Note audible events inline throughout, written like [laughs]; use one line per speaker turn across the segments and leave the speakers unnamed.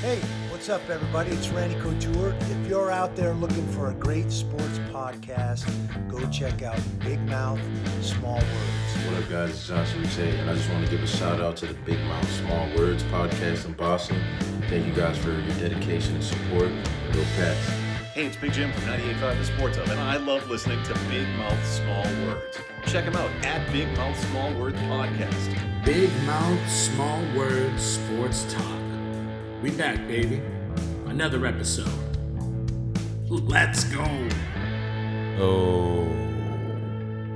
Hey, what's up, everybody? It's Randy Couture. If you're out there looking for a great sports podcast, go check out Big Mouth Small Words.
What up, guys? It's Johnson Rete, and I just want to give a shout out to the Big Mouth Small Words podcast in Boston. Thank you guys for your dedication and support. Go Pats.
Hey, it's Big Jim from 98.5 The Sports Hub, and I love listening to Big Mouth Small Words. Check them out at Big Mouth Small Word Podcast.
Big Mouth Small Words Sports Talk. We back, baby. Another episode. Let's go.
Oh,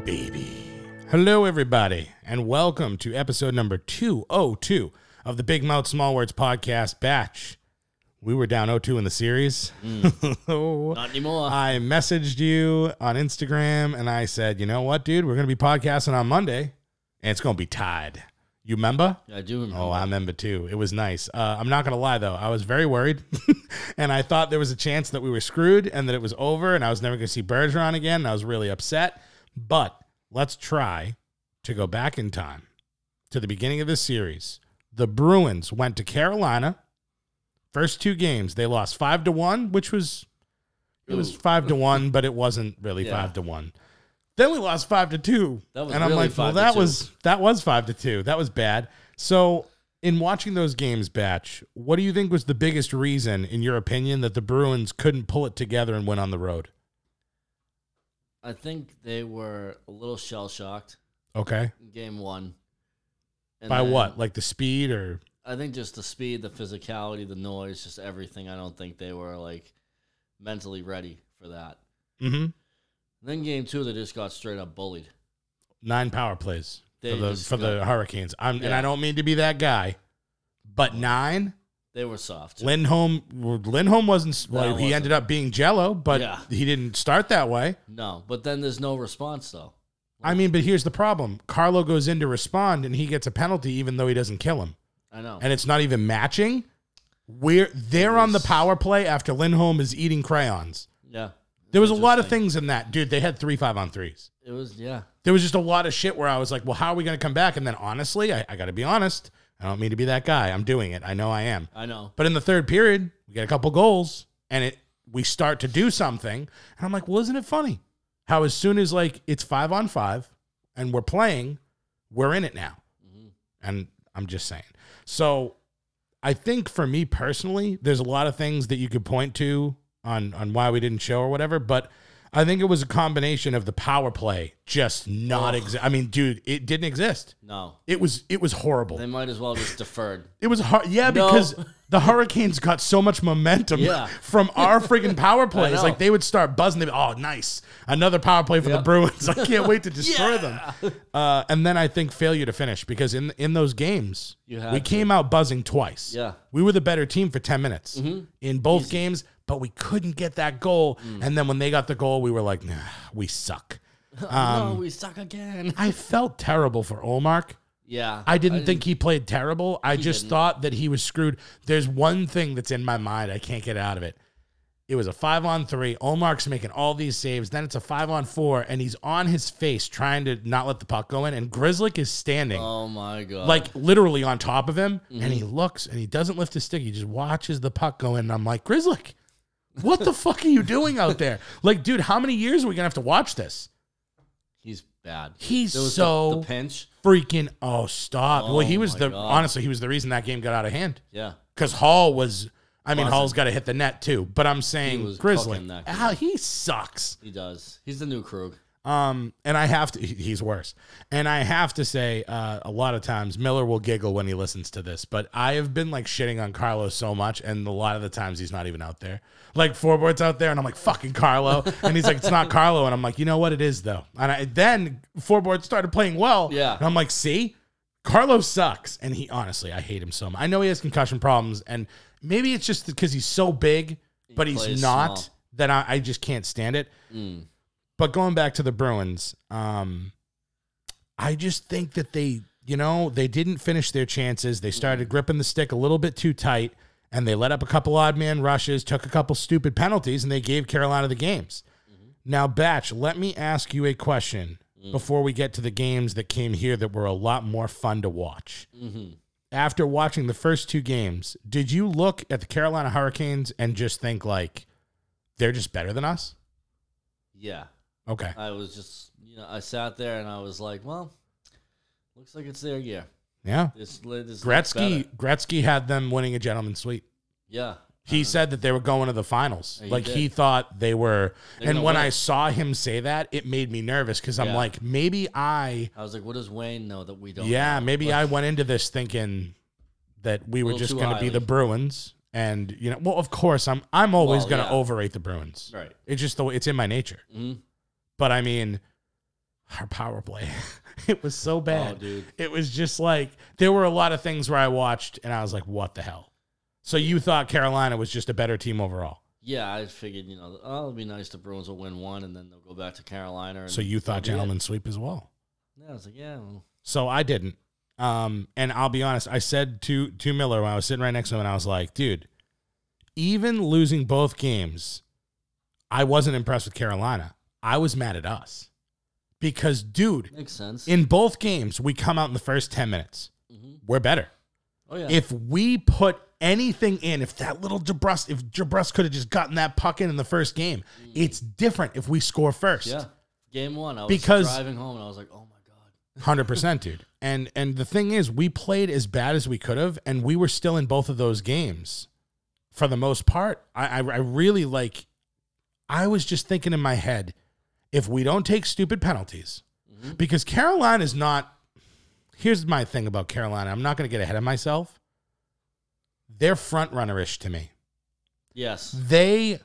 baby. Hello, everybody, and welcome to episode number 202 of the Big Mouth Small Words podcast batch. We were down 02 in the series. [laughs]
Mm. Not anymore.
I messaged you on Instagram and I said, you know what, dude? We're going to be podcasting on Monday and it's going to be tied. You remember?
I do remember.
Oh, I remember too. It was nice. Uh, I'm not going to lie, though. I was very worried. [laughs] and I thought there was a chance that we were screwed and that it was over and I was never going to see Bergeron again. And I was really upset. But let's try to go back in time to the beginning of this series. The Bruins went to Carolina. First two games, they lost five to one, which was it was
Ooh.
five
[laughs]
to one, but it wasn't really
Yeah.
five to one. Then we lost five to two,
That was
and I'm
really
like, well,
five to
that
two.
was that was five to two. That was bad. So, in watching those games, batch, what do you think was the biggest reason, in your opinion, that the Bruins couldn't pull it together and went on the road?
I think they were a little shell shocked
Okay,
in game one. And
by
then
what, like the speed or
I think just the speed, the physicality, the noise, just everything. I don't think they were like mentally ready for that.
Mhm.
then game two, they just got straight up bullied.
nine power plays
They
for the
just
for the
got-
Hurricanes? I'm, and
Yeah.
I don't mean to be that guy, but nine.
They were soft.
Lindholm Lindholm wasn't well.
No, it
he ended up being Jello, but
Yeah.
he didn't start that way.
no, but then there's no response though.
I mean, but here's the problem: Carlo goes in to respond, and he gets a penalty, even though he doesn't kill him,
I know.
and it's not even matching. We're they're on the power play after Lindholm is eating crayons.
yeah.
There was a
Just
lot of
like-
things in that, dude. They had three five on threes.
It was yeah.
There was just a lot of shit where I was like, "Well, how are we going to come back?" And then, honestly, I, I got to be honest. I don't mean to be that guy. I'm doing it. I know I am.
I know.
But in the third period, we get a couple goals and it we start to do something. And I'm like, well, isn't it funny? How as soon as like it's five on five and we're playing, we're in it now. And I'm just saying. So I think for me personally, there's a lot of things that you could point to on on why we didn't show or whatever, but I think it was a combination of the power play just not exist. I mean, dude, it didn't exist.
No.
It was it was horrible.
They might as well
[laughs]
just deferred.
It was hard, yeah,
No.
because the Hurricanes got so much momentum
Yeah.
from our
[laughs]
friggin' power plays.
know.
Like they would start buzzing. They'd be, oh, nice, another power play for the
Yep.
Bruins. [laughs] I can't
[laughs]
wait to destroy them. Uh, and then I think failure to finish because in in those games
You had
we
to.
came out buzzing twice.
Yeah. Mm-hmm.
we were the better team for ten minutes in both games, but we couldn't get that goal.
Mm.
And then when they got the goal, we were like, nah, we suck.
no, we suck again.
Um, I felt terrible for Olmark.
[laughs] Yeah.
I didn't think he played terrible. I just thought that he was screwed. There's one thing that's in my mind. I can't get out of it. It was a five on three. Olmark's making all these saves. Then it's a five on four, and he's on his face trying to not let the puck go in. And Grizzlick is standing,
Oh my god.
like literally on top of him. And he looks and he doesn't lift his stick. He just watches the puck go in. And I'm like, Grizzlick, what the fuck are you doing out there? Like, dude, how many years are we going to have to watch this?
He's bad.
He's
There was the-
so
the, pinch.
freaking oh stop well he
Oh,
was
my
the
God.
honestly he was the reason that game got out of hand
Yeah,
because hall was i mean
Buzzing.
hall's got to hit the net too but i'm saying
was
grizzly
cooking that game.
how he sucks
he does. He's the new Krug.
um and i have to he- he's worse and i have to say uh, a lot of times miller will giggle when he listens to this but i have been like shitting on carlo so much and a lot of the times he's not even out there like forward's out there and i'm like fucking carlo and he's like it's not carlo and i'm like you know what it is though and I, then forward started playing well
Yeah.
and i'm like see Carlo sucks, and he honestly, I hate him so much. I know he has concussion problems, and maybe it's just because he's so big, but he's
plays
not.
small.
That I, I just can't stand it.
Mm.
But going back to the Bruins, um, I just think that they, you know, they didn't finish their chances. They
Mm-hmm.
started gripping the stick a little bit too tight, and they let up a couple odd man rushes, took a couple stupid penalties, and they gave Carolina the games. Now, Batch, let me ask you a
Mm. Mm-hmm.
question before we get to the games that came here that were a lot more fun to watch. after watching the first two games, did you look at the Carolina Hurricanes and just think like they're just better than us?
Yeah.
Okay.
I was just, you know, I sat there and I was like, well, looks like it's their year.
Yeah.
This, this looks
Gretzky
better.
Gretzky had them winning a gentleman's sweep.
Yeah.
He said that they were going to the finals.
Uh-huh. Yeah, he
like
did.
he thought they were.
They're
and
gonna
when
win.
I saw him say that, it made me nervous because I'm
Yeah.
like, maybe I,
I was like, what does Wayne know that we don't?
yeah,
know?
maybe
Like,
I went into this thinking that we were
Little
just
too
going to be the
highly.
Bruins, and you know, well, of course, I'm I'm always
Well,
going to
yeah.
overrate the Bruins.
[laughs] Right.
It's just the way it's in my nature.
Mhm.
But I mean, our power play, [laughs] it was so bad.
Oh, dude.
It was just like there were a lot of things where I watched and I was like, what the hell? So you thought Carolina was just a better team overall?
Yeah, I figured, you know, oh, it'll be nice. The Bruins will win one, and then they'll go back to Carolina. And
So you thought
that'll be it.
gentlemen sweep as well?
Yeah, I was like, yeah, well,
So I didn't. Um, and I'll be honest, I said to to Miller when I was sitting right next to him, and I was like, dude, even losing both games, I wasn't impressed with Carolina. I was mad at us because, dude,
makes sense.
in both games, we come out in the first ten minutes,
Mhm.
we're better.
Oh yeah,
If we put anything in, if that little Jabrus, if Jabrus could have just gotten that puck in in the first game, it's different if we score first.
Mm. yeah. Game one, I was
Because-
driving home, and I was like, oh my god.
Hundred percent, dude. And and the thing is, we played as bad as we could have, and we were still in both of those games for the most part. I, I I really like. I was just thinking in my head, if we don't take stupid penalties, because Carolina is not. Here's my thing about Carolina. I'm not going to get ahead of myself. They're front runner ish to me
Yes.
they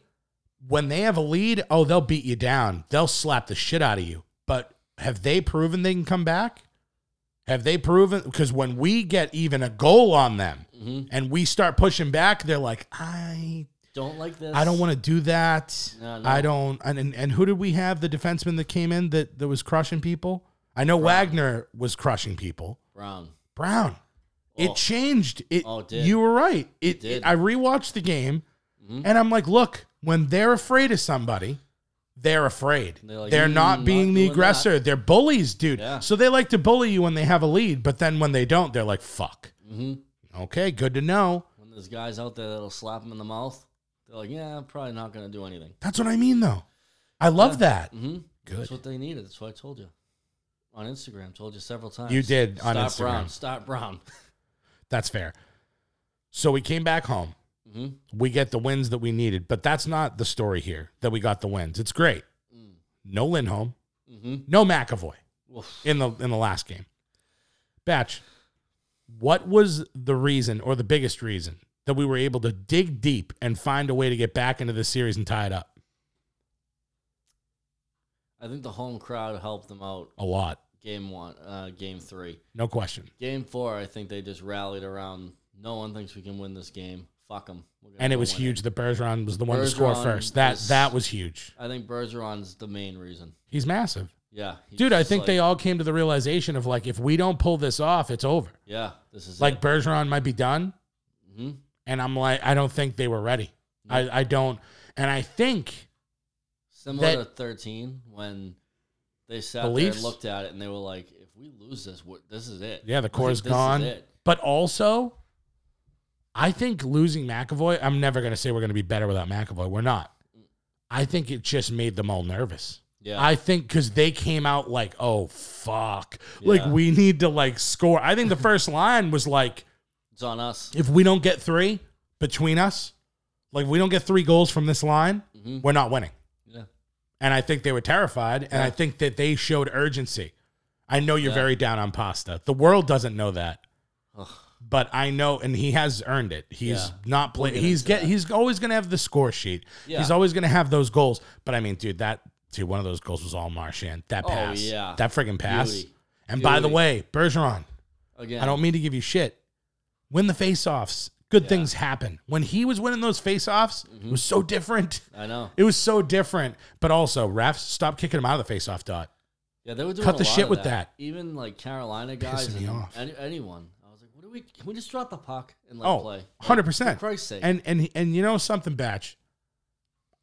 when they have a lead, oh, they'll beat you down. They'll slap the shit out of you. But have they proven they can come back? Have they proven because when we get even a goal on them
Mhm.
and we start pushing back, they're like, I
Don't like this.
I don't want to do that.
No,
I
no.
don't and, and and who did we have the defenseman that came in that, that was crushing people? I know Wagner was crushing people.
Brown.
Brown.
Oh.
It changed. It,
Oh, it did.
you were right. It,
did. Mm-hmm.
it- I rewatched the game and I'm like, look, when they're afraid of somebody, they're afraid. They're,
They're like, "Mm,
not
not
being the
doing that."
aggressor. They're bullies, dude.
Yeah.
So they like to bully you when they have a lead, but then when they don't, they're like, fuck.
hmm
Okay, good to know.
When there's guys out there that'll slap them in the mouth, they're like, yeah, I'm probably not gonna do anything.
That's what I mean though. I love that.
hmm
Good.
That's what they needed. That's what I told you on Instagram. Told you several times.
You did on
Stop
Instagram.
Brown. Stop Brown. [laughs]
That's fair. So we came back home.
hmm
We get the wins that we needed, but that's not the story here that we got the wins. It's great.
Mm.
No Lindholm,
hmm
no McAvoy.
Oof.
in the in the last game. Batch, what was the reason or the biggest reason that we were able to dig deep and find a way to get back into the series and tie it up?
I think the home crowd helped them out.
A lot,
Game one, uh, game three,
no question.
game four. I think they just rallied around. No one thinks we can win this game. Fuck them.
And it was huge that Bergeron was the one to score
Bergeron
first. That
is-
that was huge.
I think Bergeron's the main reason.
He's massive.
Yeah, he's
Dude, I
just
think
like,
they all came to the realization of like if we don't pull this off, it's over.
Yeah, this is
Like Bergeron might be done.
hmm
And I'm like, I don't think they were ready. I, I don't and I think
similar
that-
to thirteen when they sat there
Beliefs?
and looked at it and they were like, "If we lose this, what this is it."
Yeah, the
Like,
core is
this is
gone.
it.
But also, I think losing McAvoy, I'm never going to say we're going to be better without McAvoy. We're not. I think it just made them all nervous.
Yeah,
I think because they came out like, oh, fuck. Like,
Yeah.
we need to, like, score. I think the first line was like,
it's on us.
if we don't get three between us, like, if we don't get three goals from this line,
Mhm.
we're not winning.
Yeah.
And I think they were terrified. And I
Yeah.
think that they showed urgency. I know you're
Yeah.
very down on pasta. The world doesn't know that.
Ugh.
But I know, and he has earned it. He's
Yeah.
not playing.
get
he's
into
get.
that.
He's always going to have the score sheet.
Yeah.
He's always going to have those goals. But I mean, dude, that dude, one of those goals was all Marchand. That
Oh,
pass,
yeah.
that friggin' pass.
Beauty.
And by the
Beauty.
way, Bergeron,
Again,
I don't mean to give you shit. Win the faceoffs. Good
Yeah. Mm-hmm.
things happen. When he was winning those faceoffs, it was so different.
I know.
It was so different. But also, refs, stop kicking him out of the faceoff dot.
Yeah, they were doing
Cut the
a lot
shit
of
with that.
Even like Carolina guys
Pissing me
and
off.
any- anyone. I was like, what do we? Can we just drop the puck and like play?
Oh,
Like,
100%.
For Christ's sake.
And, and, and you know something, Batch?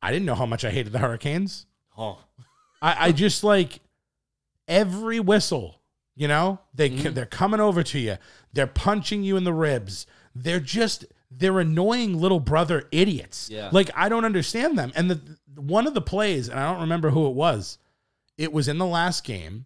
I didn't know how much I hated the Hurricanes.
oh,
I, I just like every whistle You know, they
Mm-hmm.
c they're coming over to you. They're punching you in the ribs. They're just they're annoying little brother idiots.
Yeah.
Like I don't understand them. And the one of the plays, and I don't remember who it was. It was in the last game.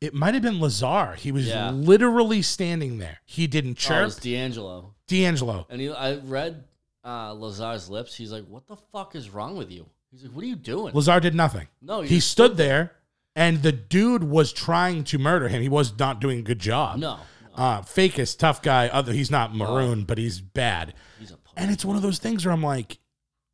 It might have been Lazar. He was
Yeah.
literally standing there. He didn't
Oh, it
chirp.
was D'Angelo.
D'Angelo.
And he, I read uh, Lazar's lips. He's like, "What the fuck is wrong with you?" He's like, "What are you doing?"
Lazar did nothing.
No,
he
you-
stood there, and the dude was trying to murder him. He was not doing a good job.
no,
uh, fakest tough guy. Other, he's not maroon, but he's bad.
he's a. Punk.
And it's one of those things where I'm like,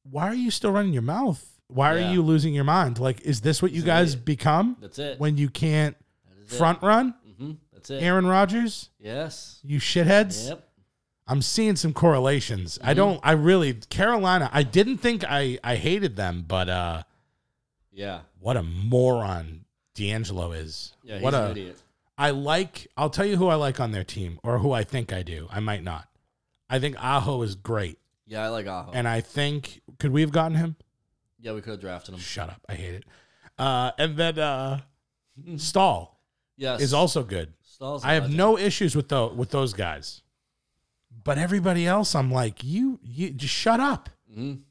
why are you still running your mouth? Why
Yeah.
are you losing your mind? Like, is this what you guys become
That's it.
when you can't
That is it.
front run?
Mhm, That's it.
Aaron Rodgers,
Yes.
you shitheads.
Yep. Mm-hmm.
I'm seeing some correlations. I don't. I really Carolina. I didn't think I I hated them, but uh,
Yeah.
what a moron D'Angelo is.
Yeah. He's
what
an
a-
idiot.
I like. I'll tell you who I like on their team, or who I think I do. I might not. I think Aho is great,
Yeah, I like Aho.
and I think could we have gotten him?
yeah, we could have drafted him.
Shut up. I hate it. Uh, and then uh, Stall
Hmm. Yes.
is also good.
Stahl's a
I have
legend.
no issues with the, with those guys, but everybody else, I'm like, you, you just shut up.
Mhm.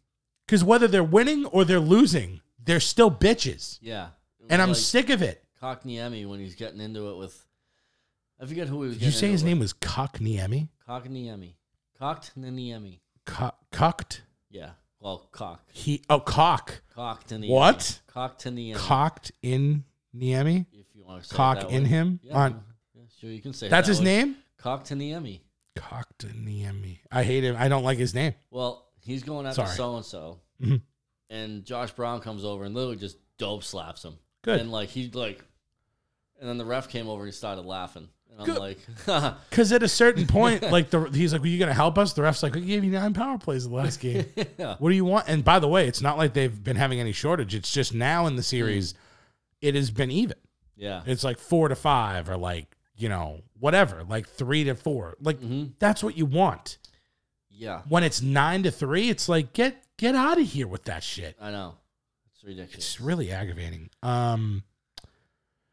Because whether they're winning or they're losing, they're still bitches,
Yeah. It
and
was
I'm
like
sick of it.
Cockneyemi when he's getting into it with. I forget who he was.
Did you
getting
say
into
his
it
name was Cockneyemi?
with. Cockneyemi. Cockneyemi.
Co- cocked.
Yeah. Well, cock.
He oh cock.
Cockneyemi.
What?
Cockneyemi.
cocked in Niemi.
If you want to say it
Cock
that
in
way.
him?
Yeah.
On-
yeah, Sure, you can say it
That's
that
his
way.
name.
Cockneyemi.
Cocked in Niemi. I hate him. I don't like his name.
Well, he's going after
Sorry.
so and so,
Mhm.
and Josh Brown comes over and literally just dope slaps him.
Good.
And like he like, and then the ref came over and he started laughing, and I'm
Good.
like, [laughs]
Because at a certain point, like the he's like, "Are you gonna help us?" The ref's like, "We gave you nine power plays the last
[laughs]
game.
yeah,
what do you want?" And by the way, it's not like they've been having any shortage. It's just now in the series, it has been even.
yeah,
It's like four to five, or like you know whatever, like three to four. Like
Mm-hmm.
that's what you want.
yeah.
When it's nine to three, it's like get get out of here with that shit.
I know, it's ridiculous.
It's really aggravating. Um,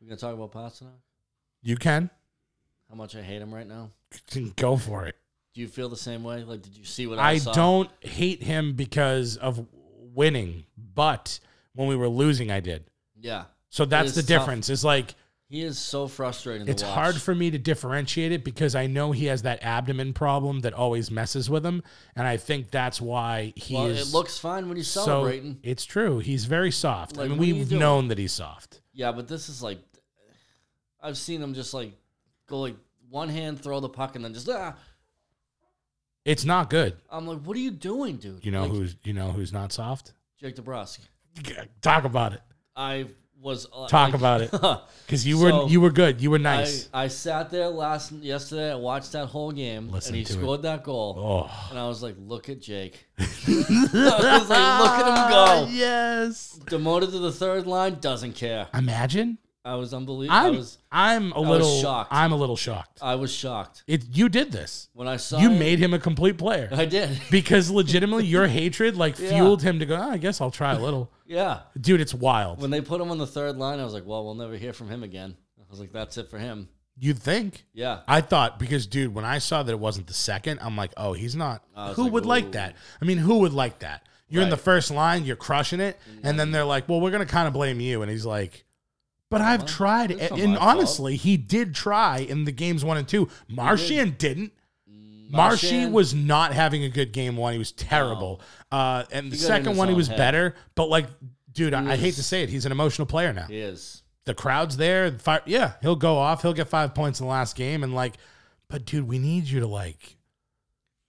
We're gonna talk about Pasta now.
you can.
How much I hate him right now.
Then go for it.
Do you feel the same way? Like, did you see what I,
I
saw?
don't hate him because of winning, but when we were losing, I did.
Yeah,
So that's
is
the
tough.
difference. It's like
he is so frustrating.
it's
to watch.
hard for me to differentiate it because I know he has that abdomen problem that always messes with him, and I think that's why he
Well,
is.
it looks fine when he's
so-
celebrating.
it's true. He's very soft.
Like,
I mean,
what are you
we've
doing?
known that he's soft.
Yeah, but this is like, I've seen him just like go like one hand, throw the puck, and then just ah.
It's not good.
I'm like, what are you doing, dude?
You know
Like,
who's you know who's not soft.
Jake DeBrusque.
Talk about it.
I was uh,
Talk
like-
about
[laughs]
it. Because you
So,
were you were good. You were nice.
I, I sat there last yesterday. I watched that whole game,
Listen
and he
to it.
scored that goal,
oh.
and I was like, look
[laughs]
at Jake. [laughs] I was like, look at him
Oh,
go.
Ah, Yes.
Demoted to the third line, doesn't care.
Imagine.
I was unbelievable. I
I'm
was
I'm a
was
little
shocked.
I'm a little shocked.
I was shocked
It you did this.
when I saw
You
it,
made him a complete player.
[laughs] I did.
Because legitimately your hatred like
[laughs] Yeah.
fueled him to go, "Oh, I guess I'll try a little.
yeah.
Dude, it's wild.
When they put him on the third line, I was like, well, we'll never hear from him again. I was like, that's it for him.
You'd think.
Yeah.
I thought because dude, when I saw that it wasn't the second, I'm like, oh, he's not.
I was
Who
like,
would
ooh.
like that? I mean, who would like that? You're in the
Right. Mm-hmm.
first line, you're crushing it, and then they're like, well, we're gonna kind of blame you, and he's like. But I've tried, and,
that's not
and
my fault.
honestly, he did try in the games one and two. Martian didn't.
Mm.
Marshy
Marchand-
was not having a good game one. He was terrible. Uh, and the
got in
second
his
one, he
own
was
head.
better. But like, dude, I, I hate
was-
to say it, he's an emotional player now
He is.
the crowd's there. Five, yeah, he'll go off. He'll get five points in the last game. And like, but dude, we need you to like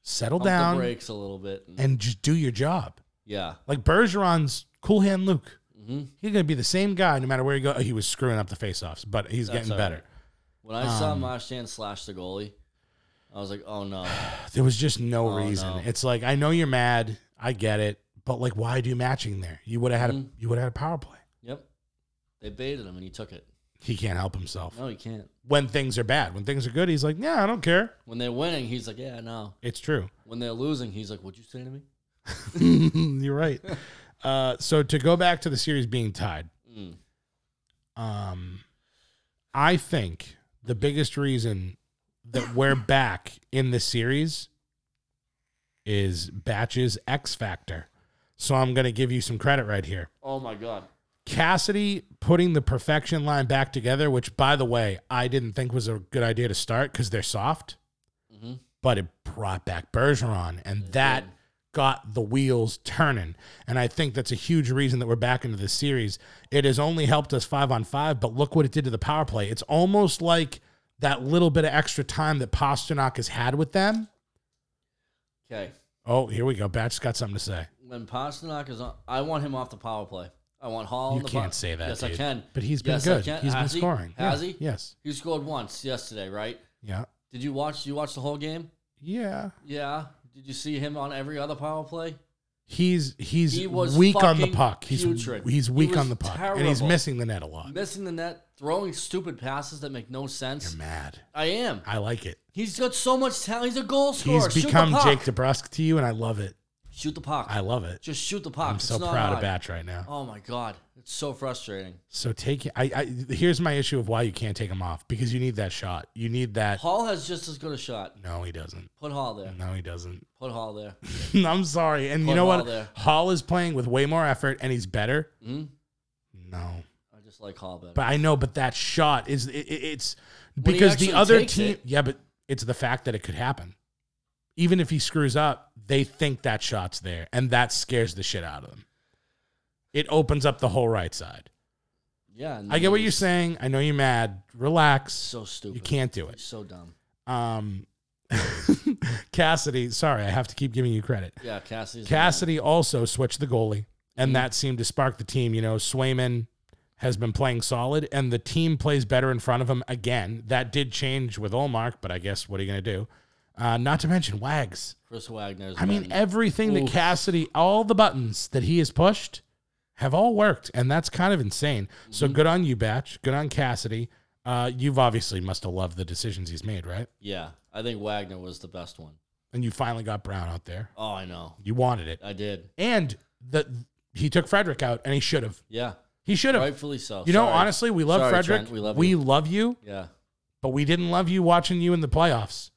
settle
Pump the
down
brakes a little bit. and-
and just do your job.
yeah.
Like Bergeron's cool hand Luke.
Mhm.
He's gonna be the same guy no matter where he go. Oh, He was screwing up the faceoffs, but he's
That's
getting
all
better. Um,
When I saw Marshan slash the goalie, I was like,
[sighs]
oh no.
There was just no
Oh,
reason.
no.
It's like I know you're mad. I get it, but like, why do matching there? You would have had
Mm-hmm.
a, you would have had a power play.
Yep. They baited him and he took it.
He can't help himself
No, he can't.
when things are bad. When things are good, he's like, yeah, I don't care.
When they're winning, he's like, yeah, no.
It's true.
When they're losing, he's like, what'd you say to
[laughs]
me?
You're right. Uh, so to go back to the series being tied,
Mm.
um, I think the biggest reason that we're back in the series is Batch's X Factor. So I'm going to give you some credit right here.
Oh my god.
Cassidy putting the perfection line back together, which, by the way, I didn't think was a good idea to start because they're soft,
Mhm.
but it brought back Bergeron, and that
did.
got the wheels turning. And I think that's a huge reason that we're back into the series. It has only helped us five on five, but look what it did to the power play. It's almost like that little bit of extra time that Pasternak has had with them.
Okay.
Oh, here we go. Batch's got something to say.
When Pasternak is on, I want him off the power play. I want Hall. on
you
the
can't
power-
say that.
Yes, I
dude.
can.
But he's been
Yes, I
good.
can.
He's been
Has he?
scoring.
Has
Yeah.
he?
Yes.
He scored once yesterday, right?
Yeah.
Did you watch? You watch the whole game?
Yeah.
Yeah. Did you see him on every other power play?
He's he's
He was
weak on the
fucking
puck. He's
putrid.
he's
He
weak
was
on the puck, and he's
terrible.
missing the net a lot.
Missing the net, throwing stupid passes that make no
You're
sense.
mad.
I am.
I like it.
He's got so much talent. He's a goal scorer.
he's become
shoot the puck.
Jake DeBrusque to you, and I love it.
Shoot the puck.
I love it.
Just shoot the puck.
I'm
It's
so
not
proud of
hard.
Batch right now.
Oh my god, it's so frustrating.
So take I, I here's my issue of why you can't take him off because you need that shot. You need that.
Hall has just as good a shot.
No, he doesn't.
Put Hall there.
No, he doesn't. [laughs]
Put Hall there.
I'm sorry. And you
Put
know
Hall
what?
there.
Hall is playing with way more effort, and he's better.
Mm?
No,
I just like Hall better.
But I know, but that shot is it, it- it's
he
because the
actually
other
takes
team.
it.
Yeah, but it's the fact that it could happen. Even if he screws up, they think that shot's there, and that scares the shit out of them. It opens up the whole right side.
yeah, and
I get what
he's
you're saying. I know you're mad. Relax.
So stupid.
You can't do
He's
it.
So dumb.
Um, [laughs] Cassidy, sorry, I have to keep giving you credit.
Yeah, Cassidy's
Cassidy also switched the goalie, and that seemed to spark the team. You know, Swayman has been playing solid, and the team plays better in front of him again. That did change with Olmark, but I guess what are you going to do? Uh, not to mention Wags.
Chris Wagner's.
I mean,
been-
everything that
Oof.
Cassidy, all the buttons that he has pushed have all worked, and that's kind of insane. So good on you, Batch. Good on Cassidy. Uh, you've obviously must have loved the decisions he's made, right?
yeah, I think Wagner was the best one.
And you finally got Brown out there.
Oh, I know.
You wanted it.
I did.
And the he took Frederick out, and he should have.
Yeah,
He should have.
rightfully so.
You know,
Sorry.
honestly, we love
Sorry,
Frederick.
Trent, we love
we
you.
love you,
Yeah,
but we didn't love you watching you in the playoffs.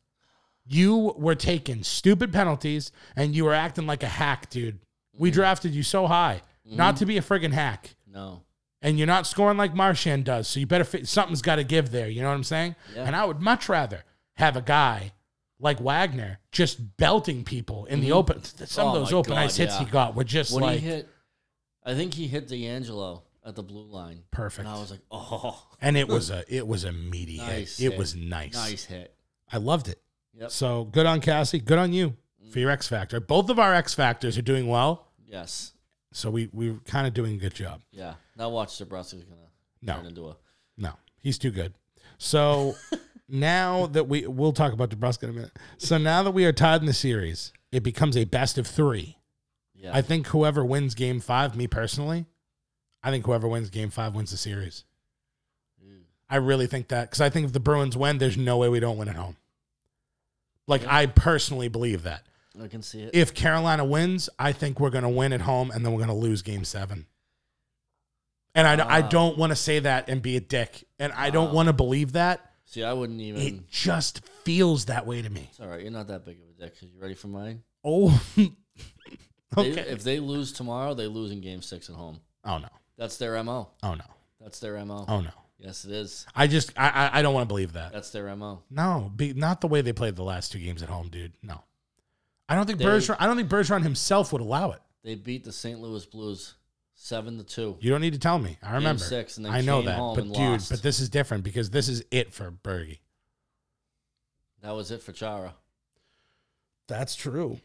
You were taking stupid penalties and you were acting like a hack, dude. We
Mm.
drafted you so high, not to be a friggin' hack.
no.
And you're not scoring like Marchand does, so you better fi- something's got to give there. You know what I'm saying?
Yeah.
And I would much rather have a guy like Wagner just belting people in the open. Some
Oh
of those
my
open
God,
ice hits
yeah.
he got were just
When
like
he hit, I think he hit D'Angelo at the blue line.
perfect.
And I was like, oh,
and
[laughs]
it was a it was a meaty
Nice
hit. It
hit.
was nice.
nice hit.
I loved it.
Yep. Mm.
So good on Cassie. Good on you for your X Factor. Both of our X Factors are doing well.
Yes.
So we we're kind of doing a good job.
Yeah. Now watch Zabrowski's gonna
No.
turn into a
No, he's too good.
[laughs]
So now that we we'll talk about DeBrusque in a minute. So now that we are tied in the series, it becomes a best of three.
yeah.
I think whoever wins Game Five, me personally, I think whoever wins Game Five wins the series. I really think that because I think if the Bruins win, there's no way we don't win at home. Like I personally believe that.
I can see it.
if Carolina wins, I think we're going to win at home and then we're going to lose game seven. And I, I
Wow.
don't want to say that and be a dick. And I don't want to believe that.
see, I wouldn't even.
It just feels that way to me.
it's all right. You're not that big of a dick. Cause you ready for mine?
Oh,
They-
okay.
if they lose tomorrow, they lose in Game Six at home.
[laughs] oh, no.
That's their mo.
Oh, no.
That's their mo.
Oh, no.
Yes, it is.
I just, I, I, I don't want to believe that.
That's their mo.
No, be, not the way they played the last two games at home, dude. No. I don't think
They-
Bergeron, I don't think Bergeron himself would allow it.
They beat the St. Louis Blues seven to two.
You don't need to tell me. I remember.
six, and they
I know
came
that.
home
But
and
dude,
lost.
but this is different because this is it for Bergie.
That was it for Chara.
That's true.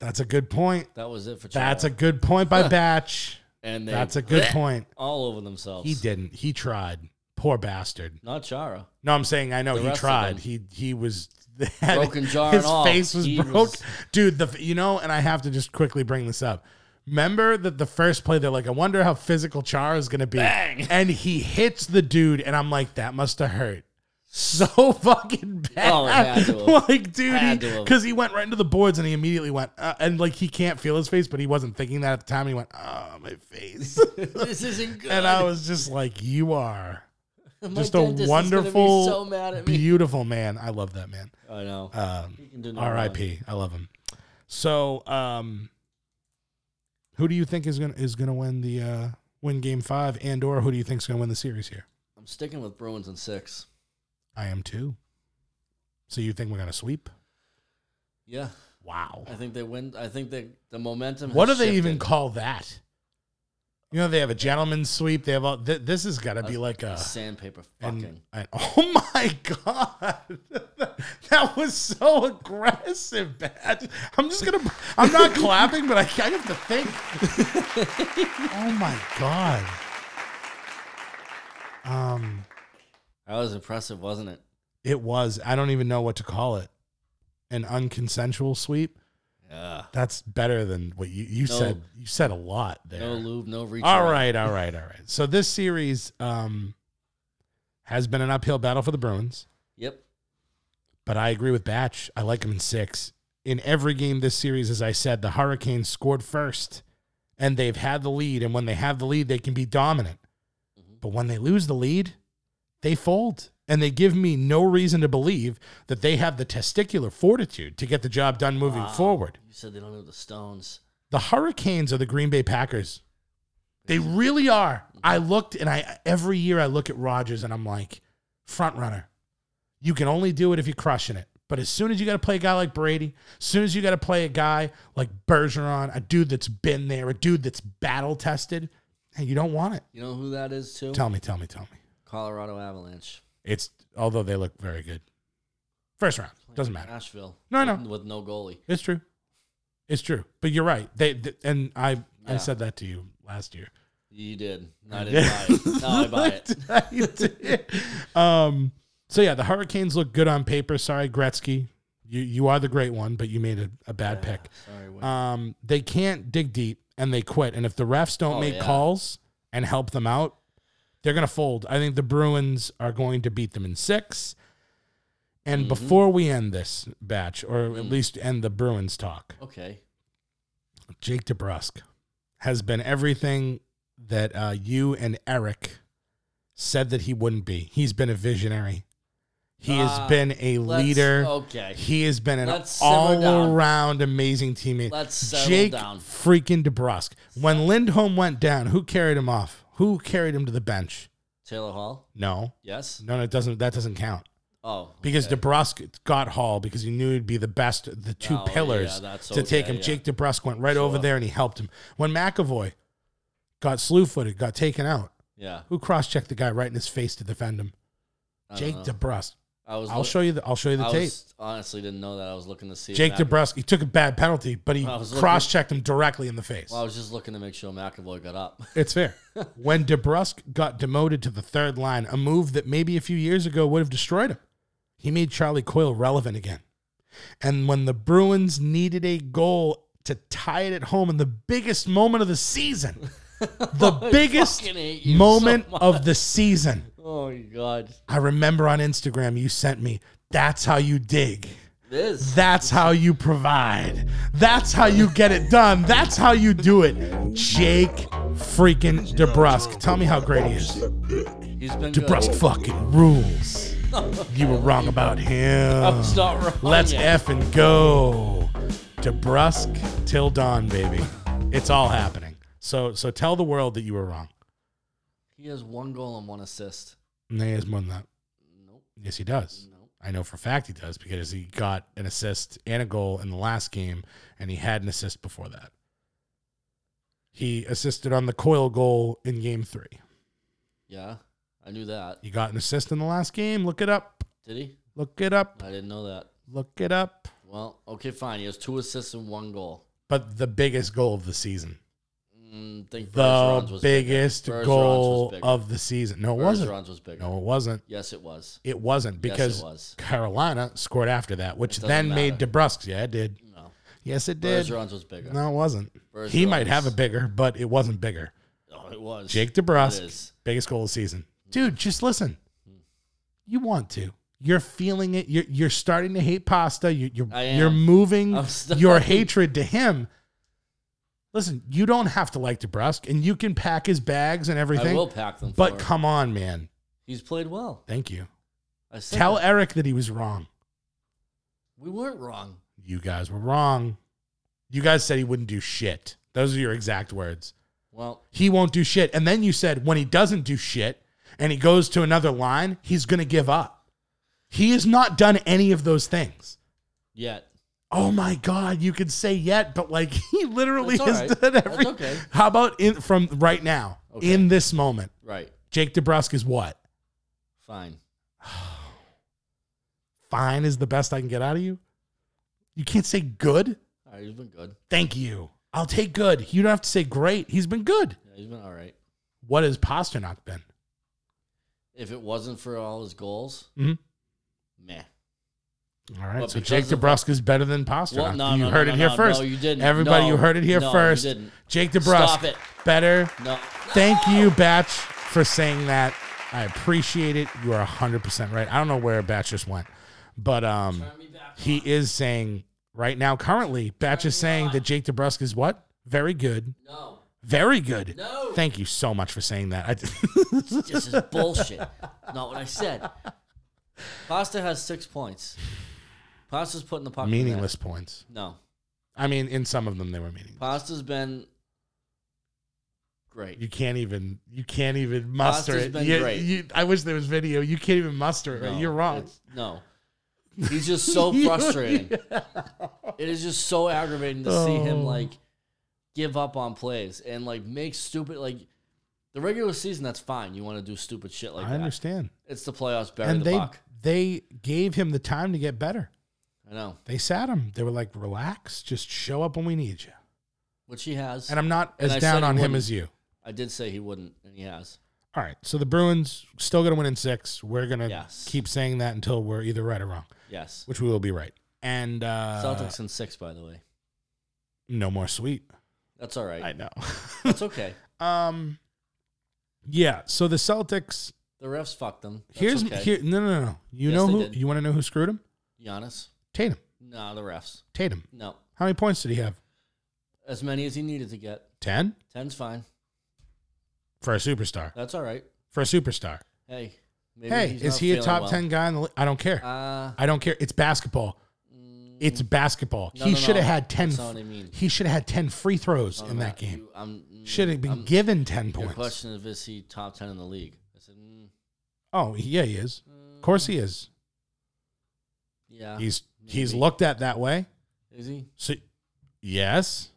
That's a good point.
That was it for Chara.
That's a good point by
[laughs]
Batch.
and they
That's a good point.
all over themselves.
He didn't. He tried. Poor bastard.
not Chara.
[laughs] No, I'm saying I know
The
he
rest of
tried.
them.
He he was [laughs]
Broken jar
His
and all.
face was
He
broke,
was-
dude. The you know, and I have to just quickly bring this up. Remember that the first play, they're like, I wonder how physical Char is going to be.
Bang! [laughs]
And he hits the dude, and I'm like, that must have hurt so [laughs] fucking bad.
Oh, it had to
[laughs]
have.
like, dude,
Had to have.
because he, went right into the boards and he immediately went, uh, and like, he can't feel his face, but he wasn't thinking that at the time. He went, oh, my face. [laughs]
this isn't good.
And I was just like, you are
[laughs] My
Just a
dentist is gonna be
wonderful,
so mad at me.
beautiful man. I love that man.
I know.
Um,
You can do no wrong.
R.I.P. I love him. So, um, who do you think is gonna is gonna win the uh, win Game Five, and or who do you think's gonna win the series here?
I'm sticking with Bruins in six.
I am too. So you think we're gonna sweep?
Yeah,
Wow.
I think they win. I think that the momentum.
What do
has
they even
shifted.
call that? You know, they have a gentleman's sweep. They have all. Th- this has got to
Uh,
be like a.
sandpaper
an-
fucking.
an- [laughs] oh my god, [laughs] that was so aggressive, Bat. I'm just gonna. I'm
[laughs]
not clapping, but I, I have to think. oh my god. Um,
that was impressive, wasn't it?
it was. I don't even know what to call it. An unconsensual sweep.
Yeah.
That's better than what you you
No.
said. You said a lot there.
No lube, no reach.
All
around.
right, all right, all right. So this series um, has been an uphill battle for the Bruins,
Yep.
but I agree with Batch. I like him in six. In every game this series, as I said, the Hurricanes scored first, and they've had the lead. And when they have the lead, they can be dominant. But when they lose the lead, they fold. And they give me no reason to believe that they have the testicular fortitude to get the job done moving
Wow.
forward.
You said they don't know the Stones.
The Hurricanes are the Green Bay Packers. They really are. I looked and I every year I look at Rodgers and I'm like, front runner. You can only do it if you're crushing it. But as soon as you got to play a guy like Brady, as soon as you got to play a guy like Bergeron, a dude that's been there, a dude that's battle tested, hey, you don't want it.
You know who that is too?
Tell me, tell me, tell me.
Colorado Avalanche.
It's although they look very good. First round doesn't matter.
Nashville.
No, I know.
With- With no goalie.
It's true. It's true. But you're right. They, th- and I I
Yeah.
said that to you last year.
You did.
[laughs]
I didn't buy it. No, I buy it.
You did. um, so yeah, the Hurricanes look good on paper. Sorry, Gretzky, you you are the great one, but you made a, a bad pick.
Sorry. Wait.
Um, they can't dig deep and they quit. And if the refs don't
Oh,
make
yeah.
calls and help them out, they're gonna fold. I think the Bruins are going to beat them in six. And
Mm-hmm.
before we end this batch, or at least end the Bruins talk,
okay.
Jake DeBrusque has been everything that uh, you and Eric said that he wouldn't be. He's been a visionary. He
Ah,
has been a
let's-
leader.
okay.
He has been an
Let's simmer down.
all-around amazing teammate.
Let's settle
Jake
down.
freaking DeBrusque. When Lindholm went down, who carried him off? Who carried him to the bench?
Taylor Hall.
No,
Yes.
no, it doesn't. That doesn't count
Oh.
because
okay.
DeBrusque got Hall because he knew he'd be the best, the two
Oh, yeah,
pillars
that's
to take
okay,
him.
yeah.
Jake DeBrusque went right over there and he helped him. When McAvoy got slew footed, got taken out,
yeah.
who cross checked the guy right in his face to defend him?
I don't
Jake
know.
DeBrusque.
I was.
I'll
look-
show you the. I'll show you the
I
tape.
was, honestly didn't know that. I was looking to see. if
Jake
Mac-
DeBrusque. He took a bad penalty, but he
I was looking-
cross checked him directly in the face.
Well, I was just looking to make sure McAvoy
[laughs]
got up. [laughs]
It's fair. when DeBrusque got demoted to the third line, a move that maybe a few years ago would have destroyed him, he made Charlie Coyle relevant again. And when the Bruins needed a goal to tie it at home in the biggest moment of the
[laughs]
season, the biggest
fucking hate you so
moment
much.
of the season,
oh my god.
I remember on Instagram you sent me, that's how you dig.
This. [laughs]
That's how you provide. That's how you get it done. That's how you do it. Jake freaking DeBrusque. Tell me how great he is.
He's been good.
DeBrusque fucking rules. You were wrong about
I
him.
was not wrong
Oh, Let's
yet.
F and go. DeBrusque till dawn, baby. It's all happening. So so tell the world that you were wrong.
He has one goal and one assist.
Nah, he has more than that.
Nope.
Yes, he does.
Nope.
I know for a fact he does because he got an assist and a goal in the last game, and he had an assist before that. He assisted on the coil goal in game three.
Yeah. I knew that.
He got an assist in the last game. Look it up.
Did he?
Look it up.
I didn't know that.
Look it up.
Well, okay, fine. He has two assists and one goal.
But the biggest goal of the season.
Mm, think Bergeron's
The
was bigger.
biggest
Bergeron's
goal
was bigger.
of the season. No, it wasn't.
Bergeron's was bigger.
No, it wasn't.
Yes, it was.
It wasn't
Yes, it
because
was.
Carolina scored after that, which
It doesn't
then made
matter.
DeBrusque. Yeah, it did.
No.
Yes, it did.
Bergeron's was bigger.
No, it wasn't.
Bergeron's-
He might have a bigger, but it wasn't bigger.
Oh, it was.
Jake
It
DeBrusque,
is. Hmm.
biggest goal of the season. Dude, just listen. You want to. You're feeling it. You're, you're starting to hate pasta. You, you're
I am.
you're moving
[laughs] I'm starting.
your hatred to him. Listen, you don't have to like DeBrusque, and you can pack his bags and everything.
I will pack them.
but
for him.
come on, man.
He's played well.
Thank you.
I said
Tell
that.
Eric that he was wrong.
we weren't wrong.
You guys were wrong. You guys said he wouldn't do shit. Those are your exact words.
Well,
He won't do shit. And then you said when he doesn't do shit and he goes to another line, he's going to give up. He has not done any of those things.
yet
Oh my God, you could say yet, but like [laughs] he literally
That's all
has
right.
done
That's
everything.
okay.
How about in from right now,
Okay.
in this moment?
right,
Jake DeBrusque is what?
fine.
Fine is the best I can get out of you. You can't say good.
All right, he's been good.
Thank you. I'll take good. You don't have to say great. He's been good.
Yeah, he's been all right.
What has Pasternak been?
If it wasn't for all his goals,
Mhm.
meh.
All right.
Well,
so Jake
because of-
DeBrusque is better than Pasternak.
Well, no,
you
no, no,
heard
no,
it here
no,
first.
No, you didn't.
Everybody,
No.
you heard it here
No, you
first.
didn't.
Jake DeBrusque,
Stop it.
better.
No.
Thank you, Batch, for saying that. I appreciate it. You are 100% right. I don't know where Batch just went, but um, he is saying right now, currently, Batch is saying that Jake DeBrusque is what? Very good.
No.
Very good.
No.
Thank you so much for saying that. I
[laughs]
d-
This is
[laughs]
bullshit. Not what I said. Pasta has six points. Pasta's putting the puck in the net.
meaningless points.
No.
I mean, in some of them, they were meaningless.
Pasta's been great.
You can't even. You can't even muster
Pasta's
it.
been
You-
great.
you- I wish there was video. You can't even muster it. right?
No,
You're wrong.
it's-
[laughs]
No. He's just so frustrating. It is just so aggravating to see him
Oh.
like give up on plays and like make stupid like the regular season that's fine. You want to do stupid shit like
I
that.
understand.
It's the playoffs bury
And
the
they
puck.
they gave him the time to get better.
I know.
They sat him. They were like, "Relax, just show up when we need you."
Which he has.
And I'm not
And
as
I said
down
he
on him
wouldn't.
as you.
I did say he wouldn't and he has.
All right, so the Bruins still going to win in six. We're going to
Yes.
keep saying that until we're either right or wrong,
Yes.
which we will be right. And uh,
Celtics in six, by the way.
no more sweet.
That's all right.
know. [laughs]
That's okay.
um, yeah. So the Celtics.
The refs fucked them. That's
here's
okay.
here. No, no, no. You
Yes,
know
they
who?
did.
You want to know who screwed him?
Giannis.
Tatum.
No, the refs.
Tatum.
No.
How many points did he have?
As many as he needed to get.
Ten
Ten's fine.
for a superstar.
That's all right.
For a superstar.
Hey. Maybe
Hey,
he's
is
not
he a
feeling
top
well.
ten guy in the? Li- I don't care.
Uh, mm,
I don't care. It's basketball. It's basketball.
No,
he
no,
should have
no.
had ten.
That's not what I mean.
He should have had ten free throws
no,
in
no,
that game.
you- I'm- mm,
should have been
I'm-
given ten
Your
points.
question of is he top ten in the league? I said, mm,
Oh yeah, he is. Of course he is.
yeah.
He's he's
maybe.
looked at that way.
Is he
So yes,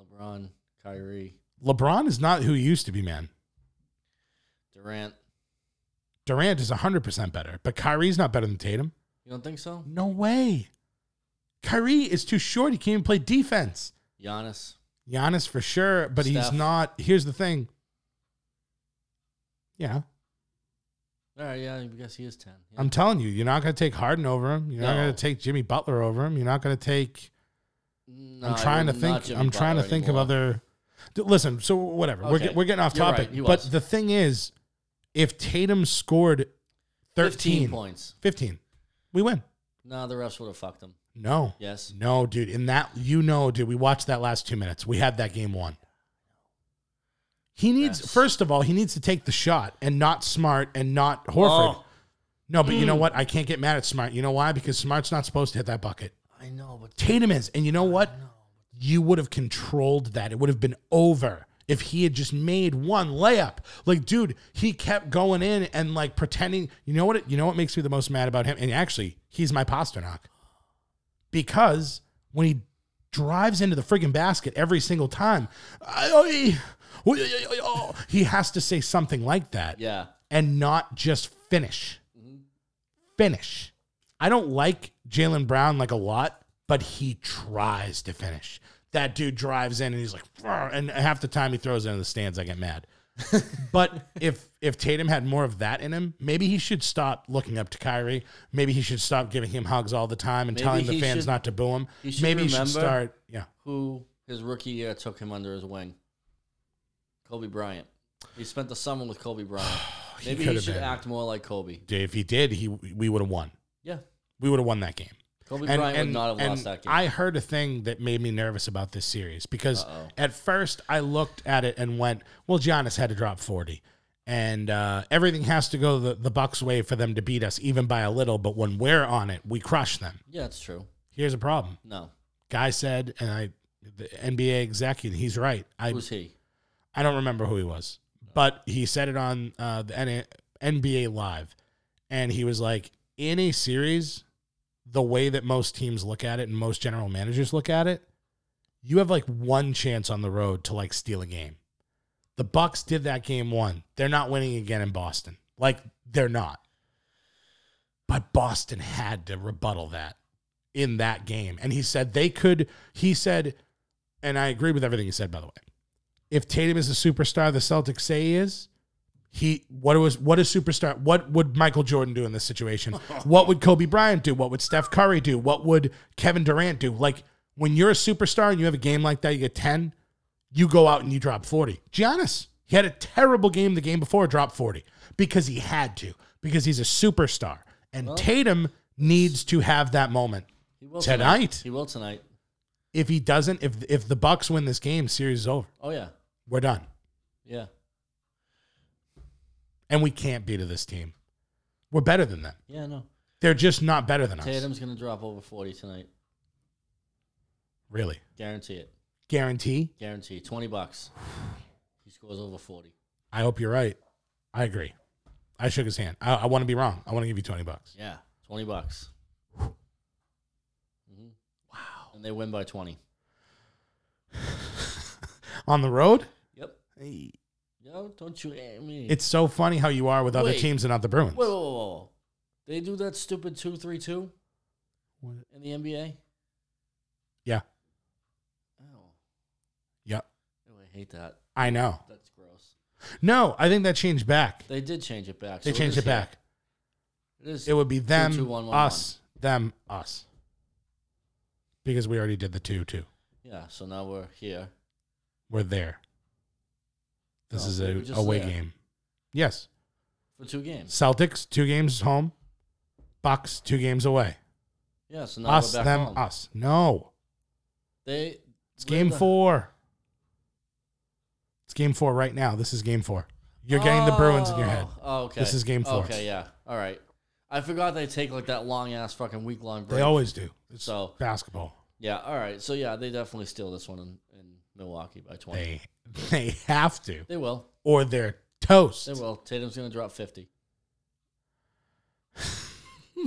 LeBron, Kyrie,
LeBron is not who he used to be, man.
Durant?
Durant is hundred percent better, but Kyrie's not better than Tatum.
You don't think so?
No way. Kyrie is too short. He can't even play defense.
Giannis.
Giannis for sure, but he's
Steph.
not. Here's the thing. Yeah,
All right, yeah, I guess he is ten. Yeah.
I'm telling you, you're not going to take Harden over him. You're not
No.
going to take Jimmy Butler over him. You're not going to take.
No,
I'm trying to
you're Mm, not
think.
Jimmy
I'm trying to
Butler
think
anymore.
of other. D- Listen, so whatever. We're,
Okay.
get- we're getting off
You're right,
topic.
he
but
was.
the thing is, if Tatum scored 13
15 points.
15, we win.
No, the refs would have fucked him.
No.
Yes.
No, dude. In that, you know, dude, we watched that last two minutes. We had that game won. He needs,
Yes.
first of all, he needs to take the shot and not Smart and not Horford.
Oh, Mm.
No, but you know what? I can't get mad at Smart. You know why? Because Smart's not supposed to hit that bucket.
I know, but
Tatum is. And you know what? You would have controlled that. It would have been over if he had just made one layup. Like, dude, he kept going in and like pretending. You know what? It, you know what makes me the most mad about him? And actually, he's my Pasternak because when he drives into the friggin' basket every single time, I- I- he has to say something like that
yeah,
and not just finish. Finish. I don't like Jalen Brown like a lot, but he tries to finish. That dude drives in and he's like, "Rah," and half the time he throws it in the stands. I get
[laughs]
mad. but if if Tatum had more of that in him, maybe he should stop looking up to Kyrie. Maybe he should stop giving him hugs all the time and
Maybe
telling the
he
fans
should-
not to boo him.
he should
maybe he should
remember-
start. Yeah,
who his rookie year took him under his wing? Kobe Bryant. He spent the summer with Kobe Bryant.
[sighs] He
Maybe he,
could've
should
been.
act more like Kobe.
if he did, he we would have won.
Yeah,
We would have won that game.
Kobe Bryant would not have
and
lost that game.
I heard a thing that made me nervous about this series because
Uh-oh.
at first I looked at it and went, well, Giannis had to drop 40. and uh, everything has to go the, the Bucks way for them to beat us, even by a little. But when we're on it, we crush them.
Yeah, it's true.
Here's a problem.
No.
Guy said, and I, the NBA executive, he's right. I
Who's he?
I don't remember who he was, but he said it on uh, the N- NBA Live, and he was like, in a series, the way that most teams look at it and most general managers look at it, you have like one chance on the road to like steal a game. The Bucks did that game one. They're not winning again in Boston. Like they're not. But Boston had to rebuttal that in that game. And he said they could he said and I agree with everything he said by the way if Tatum is a superstar the Celtics say he is, he what was what a superstar what would Michael Jordan do in this
[laughs]
situation? what would Kobe Bryant do? What would Steph Curry do? What would Kevin Durant do? Like when you're a superstar and you have a game like that, you get 10, you go out and you drop 40. Giannis, he had a terrible game the game before, dropped 40 because he had to, because he's a superstar. And Tatum needs to have that moment.
He will
Tonight.
He will tonight.
If he doesn't, if if the Bucks win this game, series is over.
Oh yeah.
We're done.
Yeah.
and we can't beat this team. We're better than them.
Yeah, no.
They're just not better than us.
Tatum's gonna drop over forty tonight.
Really.
Guarantee it.
Guarantee.
Guarantee. Twenty bucks. He scores over forty.
I hope you're right. I agree. I shook his hand. I, I want to be wrong. I want to give you 20 bucks.
Yeah. Twenty bucks. Mhm. Wow. And they win by twenty.
On the road,
Yep. Hey. Yo, don't you at me.
it's so funny how you are with other
Wait.
teams and not the Bruins.
Whoa, whoa, whoa, whoa. They do that stupid 2 3 2
What?
in the NBA?
Yeah.
Oh, oh,
Yep.
I hate that.
I know.
That's gross.
No, I think that changed back.
They did change it back.
They
so
changed
is
it back.
It is.
It would be them,
two, one, one,
us, them, us. Because we already did the 2 2.
yeah, so now we're here.
We're there. This
No,
is
Oh, we were
a
just
away
there.
game. Yes.
For two games.
Celtics two games home, Bucks two games away.
Yeah, so now
Us
we're back
them
home.
us. No,
They,
it's
we're
game
the-
four. It's game four right now. This is game four. You're getting the Bruins in your head.
Oh, Oh, okay.
This is game four.
Okay, yeah. All right. I forgot they take like that long ass fucking week long break.
They always do. It's
So-
basketball.
yeah, all right. So, yeah, they definitely steal this one in, in Milwaukee by 20.
They [laughs] they have to,
they will.
or they're toast.
They will. Tatum's going to drop 50.
[laughs]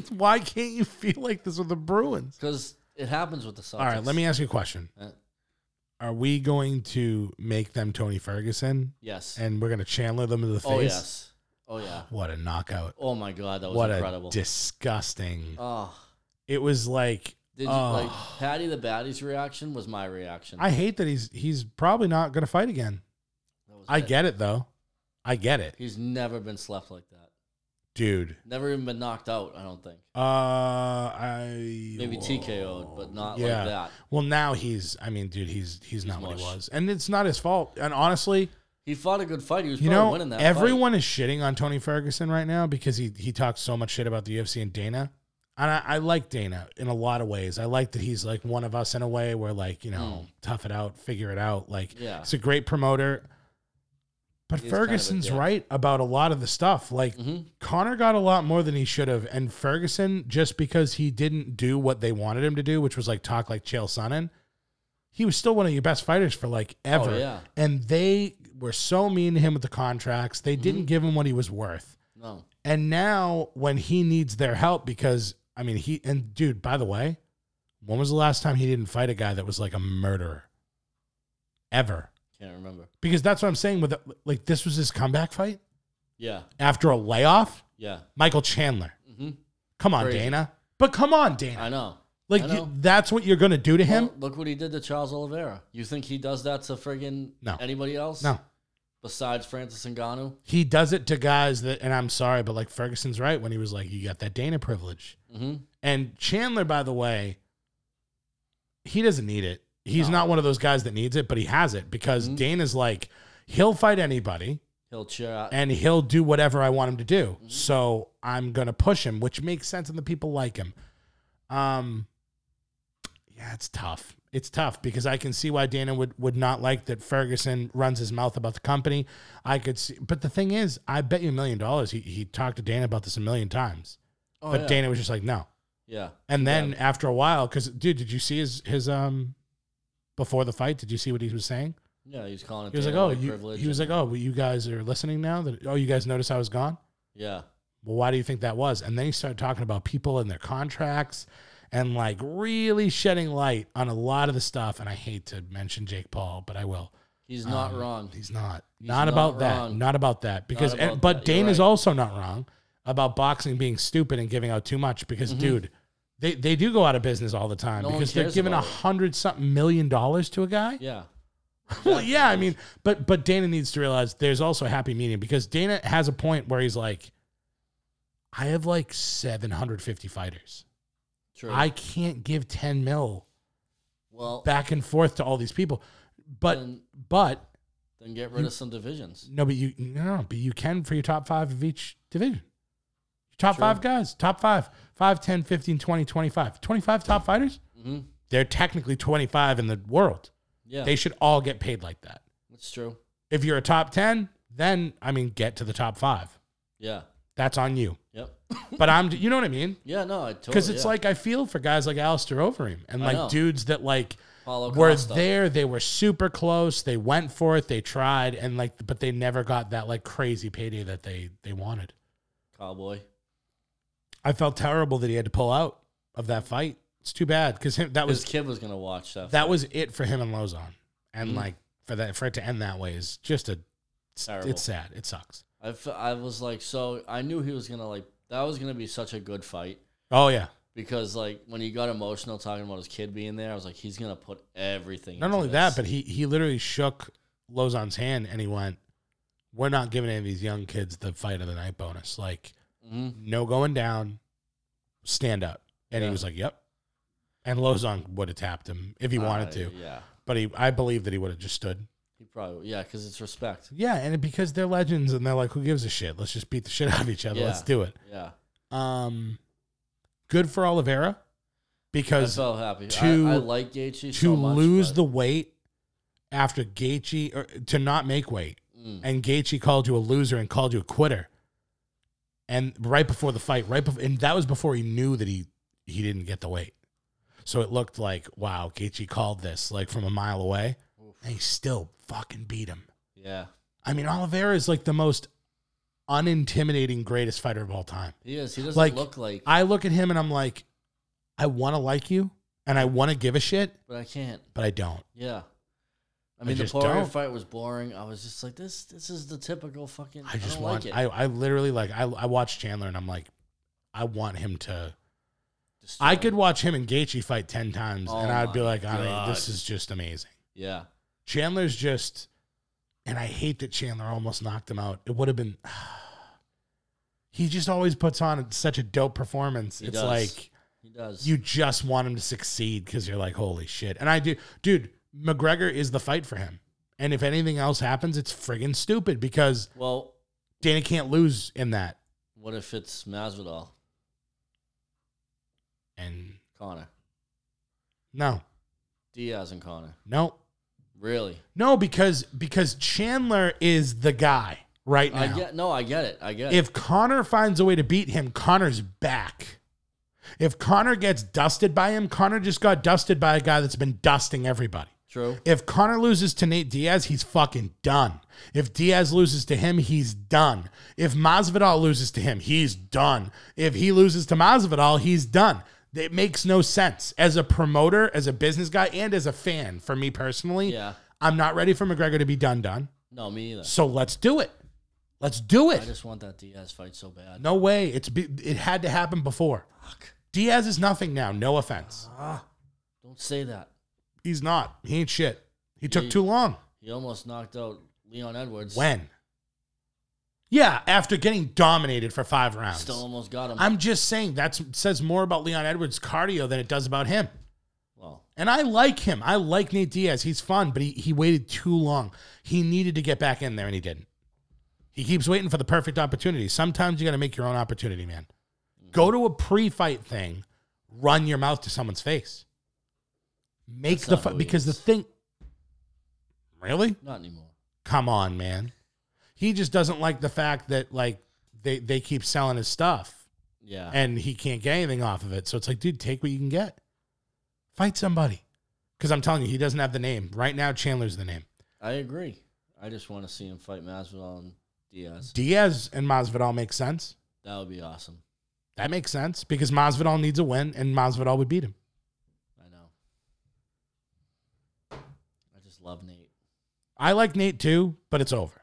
Why can't you feel like this with the Bruins?
Because it happens with the Celtics.
All right, let me ask you a question.
Uh,
Are we going to make them Tony Ferguson,
yes.
and we're going to Chandler them in the face?
oh yes. Oh yeah.
What a knockout!
Oh my god, that was
What
incredible.
a disgusting.
oh,
It was like,
did you
oh,
like Patty the Baddie's reaction was my reaction.
I hate that he's he's probably not going to fight again.
That was
I
it.
get it though. I get it,
He's never been slept like that.
dude.
Never even been knocked out. I don't think.
Uh, I
Maybe TKO'd, but not
Yeah.
like that.
Well, now he's. I mean, dude, he's he's, not what he
mush.
was, and it's not his fault. And honestly,
He fought a good fight. He was
you
probably
know,
winning that. fight.
everyone is shitting on Tony Ferguson right now because he he talks so much shit about the UFC and Dana. And I, I like Dana in a lot of ways. I like that he's like one of us in a way where like you know tough it out, figure it out. Like
Hmm. Yeah.
he's a great promoter. But
He is kind of a
Ferguson's
dick. Mm-hmm.
right about a lot of the stuff. Like Connor got a lot more than he should have, and Ferguson just because he didn't do what they wanted him to do, which was like talk like Chael Sonnen, he was still one of your best fighters for like ever.
Oh, yeah.
And they were so mean to him with the contracts. They
Mm-hmm.
didn't give him what he was worth.
No.
And now when he needs their help, because I mean he and dude, by the way, when was the last time he didn't fight a guy that was like a murderer? Ever.
Can't remember.
Because that's what I'm saying with the, like this was his comeback fight
Yeah.
after a layoff.
Yeah.
Michael Chandler.
Mhm.
Come on,
Crazy.
Dana. But come on, Dana.
I know.
Like
I
you,
know.
that's what you're gonna do to him?
Well, look what he did to Charles Oliveira. You think he does that to friggin'
No.
anybody else?
no.
Besides Francis Ngannou?
He does it to guys that, and I'm sorry, but like Ferguson's right when he was like, "You got that Dana privilege."
Mm-hmm.
And Chandler, by the way, he doesn't need it. He's not one of those guys that needs it, but he has it because Dana's like, he'll fight anybody
He'll cheer out.
and he'll do whatever I want him to do. So I'm gonna push him, which makes sense, and the people like him. Um, yeah, it's tough. it's tough because I can see why Dana would, would not like that Ferguson runs his mouth about the company. I could see, but the thing is, I bet you a million dollars he, he talked to Dana about this a million times,
Oh,
but
yeah.
Dana was just like, no.
Yeah.
And then after a while, because dude, did you see his his um before the fight? Did you see what he was saying?
Yeah, he was calling it
He was like,
Dana
oh,
White
you,
privilege
he was like,
and-
oh, well, you guys are listening now. That oh, you guys noticed I was gone.
yeah.
Well, why do you think that was? And then he started talking about people and their contracts, and like really shedding light on a lot of the stuff. And I hate to mention Jake Paul, but I will.
He's not
Um,
wrong.
He's not.
He's
not
not
about that.
wrong.
Not about that. Because
about
and- but
that. You're
Dana's
right.
also not wrong about boxing being stupid and giving out too much because dude, they, they do go out of business all the time
Mm-hmm. No one
because they're
cares
giving a
about it.
hundred something million dollars to a guy.
Yeah.
Well, yeah, I mean, but but Dana needs to realize there's also a happy medium because Dana has a point where he's like, I have like 750 fighters.
True.
I can't give 10 mil
well,
back and forth to all these people. But
Then-
but
then get rid of some divisions.
no, but you no, no, but you can for your top five of each division. Top
Sure.
five guys, top five, 5, 10, 15, 20, 25. 25 top fighters?
hmm
They're technically 25 in the world.
Yeah,
They should all get paid like that.
that's true.
If you're a top 10, then, I mean, get to the top five.
Yeah.
That's on you.
Yep.
But I'm, you know what I mean?
Yeah. No, I [laughs] totally.
Because it's
yeah.
like, I feel for guys like Alistair Overeem and
I
like
know.
dudes that like
Paulo
were
Costa.
there, they were super close, they went for it, they tried, and like, but they never got that like crazy payday that they they wanted.
cowboy.
I felt terrible that he had to pull out of that fight. It's too bad because that
His
was
kid was Mm-hmm. gonna watch that.
that was it for him and Lozon, and like for that for it to end that way is just a it's,
Terrible.
it's sad. It sucks.
I, f- I was like, so I knew he was gonna like that was gonna be such a good fight
Oh yeah.
because like when he got emotional talking about his kid being there, I was like, he's gonna put everything.
Not
into
only
this.
that, but he he literally shook Lozon's hand and he went, "We're not giving any of these young kids the fight of the night bonus. Like
Mhm.
no going down, stand up." And he
Yeah.
was like, "Yep." And Lozon would have tapped him if he [laughs] wanted
Uh,
to,
Yeah,
but he I believe that he would have just stood.
he probably yeah because it's respect.
Yeah, and it- because they're legends and they're like, who gives a shit? Let's just beat the shit out of each other.
Yeah.
Let's do it.
Yeah,
Um, good for Oliveira
I
because
felt happy.
to-
I, I like Gaethje
to
so much,
lose
but-
the weight after Gaethje or to not make weight,
Mm.
and Gaethje called you a loser and called you a quitter, and right before the fight, right before, and that was before he knew that he he didn't get the weight. So it looked like wow, Gaethje called this like from a mile away, and he still fucking beat him.
yeah,
I mean, Oliveira is like the most unintimidating greatest fighter of all time.
he is. He doesn't
Like,
look like,
I look at him and I'm like, I want to like you and I want to give a shit,
but I can't.
but I don't.
Yeah.
I
I mean, the
just
Poirier
don't.
fight was boring. I was just like, this. This is the typical fucking.
I just
don't
want.
like it.
I I literally like. I I watch Chandler and I'm like, I want him to.
Destroy
I
it.
could watch him and Gaethje fight ten times
Oh
and I'd be
my
like, I mean,
God.
this is just amazing.
Yeah.
Chandler's just, and I hate that Chandler almost knocked him out. It would have been. [sighs] He just always puts on such a dope performance.
He
it's
does.
like
He does.
you just want him to succeed because you're like, holy shit. And I do, dude, McGregor is the fight for him. And if anything else happens, it's friggin' stupid because
well,
Dana can't lose in that.
what if it's Masvidal,
And
Connor,
no,
Diaz, and Connor?
no,
Really?
no, because because Chandler is the guy right now.
I get. No, I get it. I get it.
If Connor finds a way to beat him, Connor's back. If Connor gets dusted by him, Connor just got dusted by a guy that's been dusting everybody.
True.
If Connor loses to Nate Diaz, he's fucking done. If Diaz loses to him, he's done. If Masvidal loses to him, he's done. If he loses to Masvidal, he's done. It makes no sense as a promoter, as a business guy, and as a fan. For me personally,
Yeah.
I'm not ready for McGregor to be done. Done.
No, me either.
So let's do it. Let's do
I
it.
just want that Diaz fight so bad.
no way. It's be, it had to happen before. Diaz is nothing now. No offense.
Don't say that.
He's not. He ain't shit. He
Yeah,
took
you-
too long.
He almost knocked out Leon Edwards.
When? Yeah, after getting dominated for five rounds.
Still almost got him.
I'm just saying that says more about Leon Edwards' cardio than it does about him.
well,
And I like him. I like Nate Diaz. He's fun, but he, he waited too long. He needed to get back in there, and he didn't. He keeps waiting for the perfect opportunity. Sometimes you got to make your own opportunity, man. Go to a pre fight thing, run your mouth to someone's face. Make
That's
the
not
fi-
who he
because the
is.
thing. Really?
Not anymore.
Come on, man. He just doesn't like the fact that like they they keep selling his stuff
Yeah.
and he can't get anything off of it. So it's like, dude, take what you can get. Fight somebody. Because I'm telling you, he doesn't have the name right now. Chandler's the name.
I agree. I just want to see him fight Masvidal and Diaz.
Diaz and Masvidal make sense.
That would be awesome.
That makes sense because Masvidal needs a win, and Masvidal would beat him.
I know. I just love Nate.
I like Nate too, but it's over.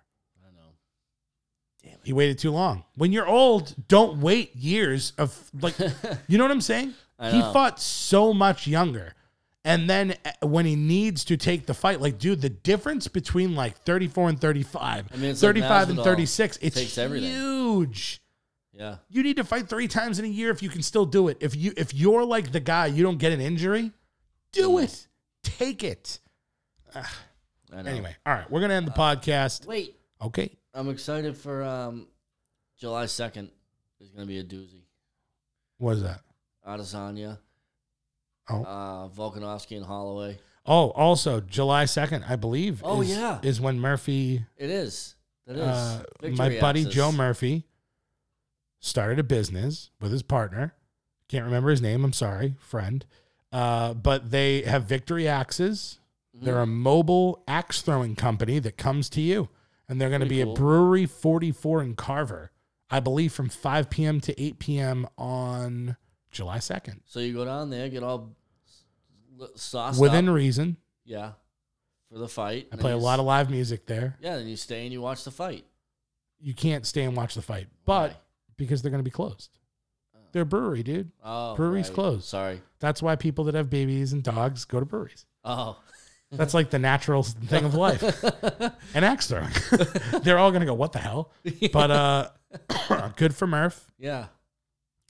I know.
He waited too long. When you're old, don't wait years of like,
[laughs]
you know what I'm saying?
I
He
know.
fought so much younger. And then uh, when he needs to take the fight, like, dude, the difference between like 34 and 35,
I mean, it's like
35 and
Masvidal
36, it's
takes everything.
huge.
Yeah.
You need to fight three times in a year if you can still do it. If you if you're like the guy, you don't get an injury,
Mm.
do it. Take it.
I know.
Anyway, all right, we're gonna end the podcast.
Wait,
Okay.
I'm excited for um, July 2nd. There's going to be a doozy.
What is that?
Adesanya,
Oh.
uh, Volkanovski, and Holloway.
Oh, also July second, I believe.
Oh,
is,
yeah.
is when Murphy,
It is. That is.
uh, my
Victory
buddy
Axis.
Joe Murphy, started a business with his partner. Can't remember his name. I'm sorry, friend. Uh, but they have Victory Axes.
Mm-hmm.
They're a mobile axe throwing company that comes to you, and they're going to
Pretty
be
cool.
at Brewery 44 in Carver, I believe, from 5 p.m. to 8 p.m. on July second,
So you go down there, get all sauce
within
up.
reason.
yeah, for the fight.
I
and
play a
then you
lot
s-
of live music there.
Yeah, then you stay and you watch the fight.
you can't stay and watch the fight, but
Why?
because they're going to be closed. They're a brewery, dude.
Oh,
Brewery's
right.
closed.
Sorry.
That's why people that have babies and dogs go to breweries.
Oh, [laughs]
That's like the natural thing of life. and axe throwing. [laughs] they're all going to go, what the hell? But uh, [coughs] good for Murph.
yeah.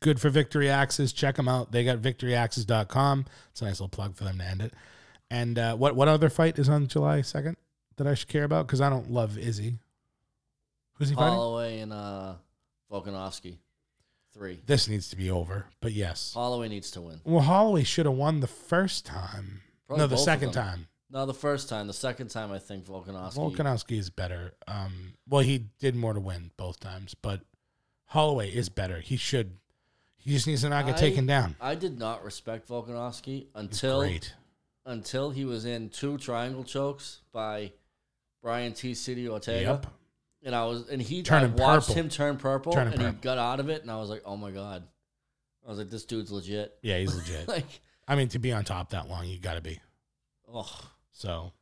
Good for Victory Axes. Check them out. They got victoryaxes.com. It's a nice little plug for them to end it. And uh, what, what other fight is on July 2nd that I should care about? Because I don't love Izzy. Who's he fighting?
Holloway and uh, Volkanovski, three.
This needs to be over, but yes.
Holloway needs to win.
Well, Holloway should have won the first time.
Probably
no, the
both of
second
them.
time.
No, the first time. The second time, I think Volkanovski.
Volkanovski is better. Um, well, he did more to win both times, but Holloway is better. He should. He just needs to not get
I-
taken down.
I did not respect Volkanovski
He's
until
great.
until he was in two triangle chokes by Brian T. City Ortega.
Yep.
And I was and he I
Turning
watched
purple.
him turn purple
Turning
and
purple.
he got out of it and I was like, Oh my god. I was like, This dude's legit.
Yeah,
[laughs]
he's legit.
like
I mean, to be on top that long, you got to be.
oh
So,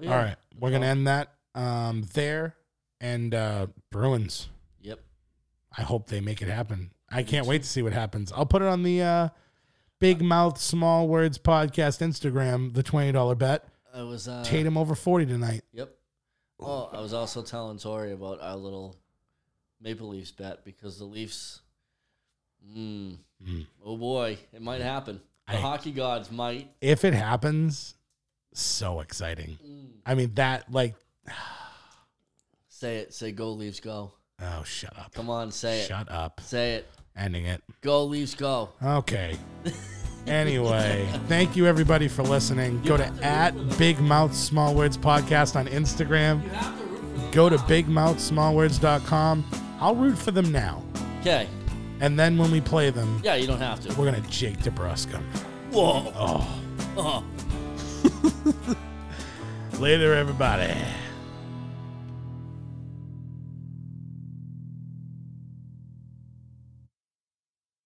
yeah.
all right, we're gonna end that um, there. And uh, Bruins,
Yep.
I hope they make it happen. I can't wait to see what happens. I'll put it on the uh, Big Mouth Small Words Podcast Instagram. The twenty dollar bet.
I was uh
Tatum over 40 tonight.
Yep. Oh, I was also telling Tori about our little Maple Leafs bet because the Leafs mm, oh boy, it might happen. The
I-
hockey gods might
If it happens, so exciting.
Mm.
I mean, that, like,
say it, say go Leafs go.
oh, shut up.
Come on, say it.
Shut up.
Say it.
Ending it.
Go Leafs go. [laughs]
Okay. Anyway, thank you everybody for listening. Go to at Big Mouth Small Words Podcast on Instagram. Go to bigmouthsmallwords.com. I'll root for them now.
Okay.
And then when we play them,
Yeah, you don't have to.
we're going to Jake Oh. DeBrusque 'em.
Whoa.
[laughs] Later, everybody.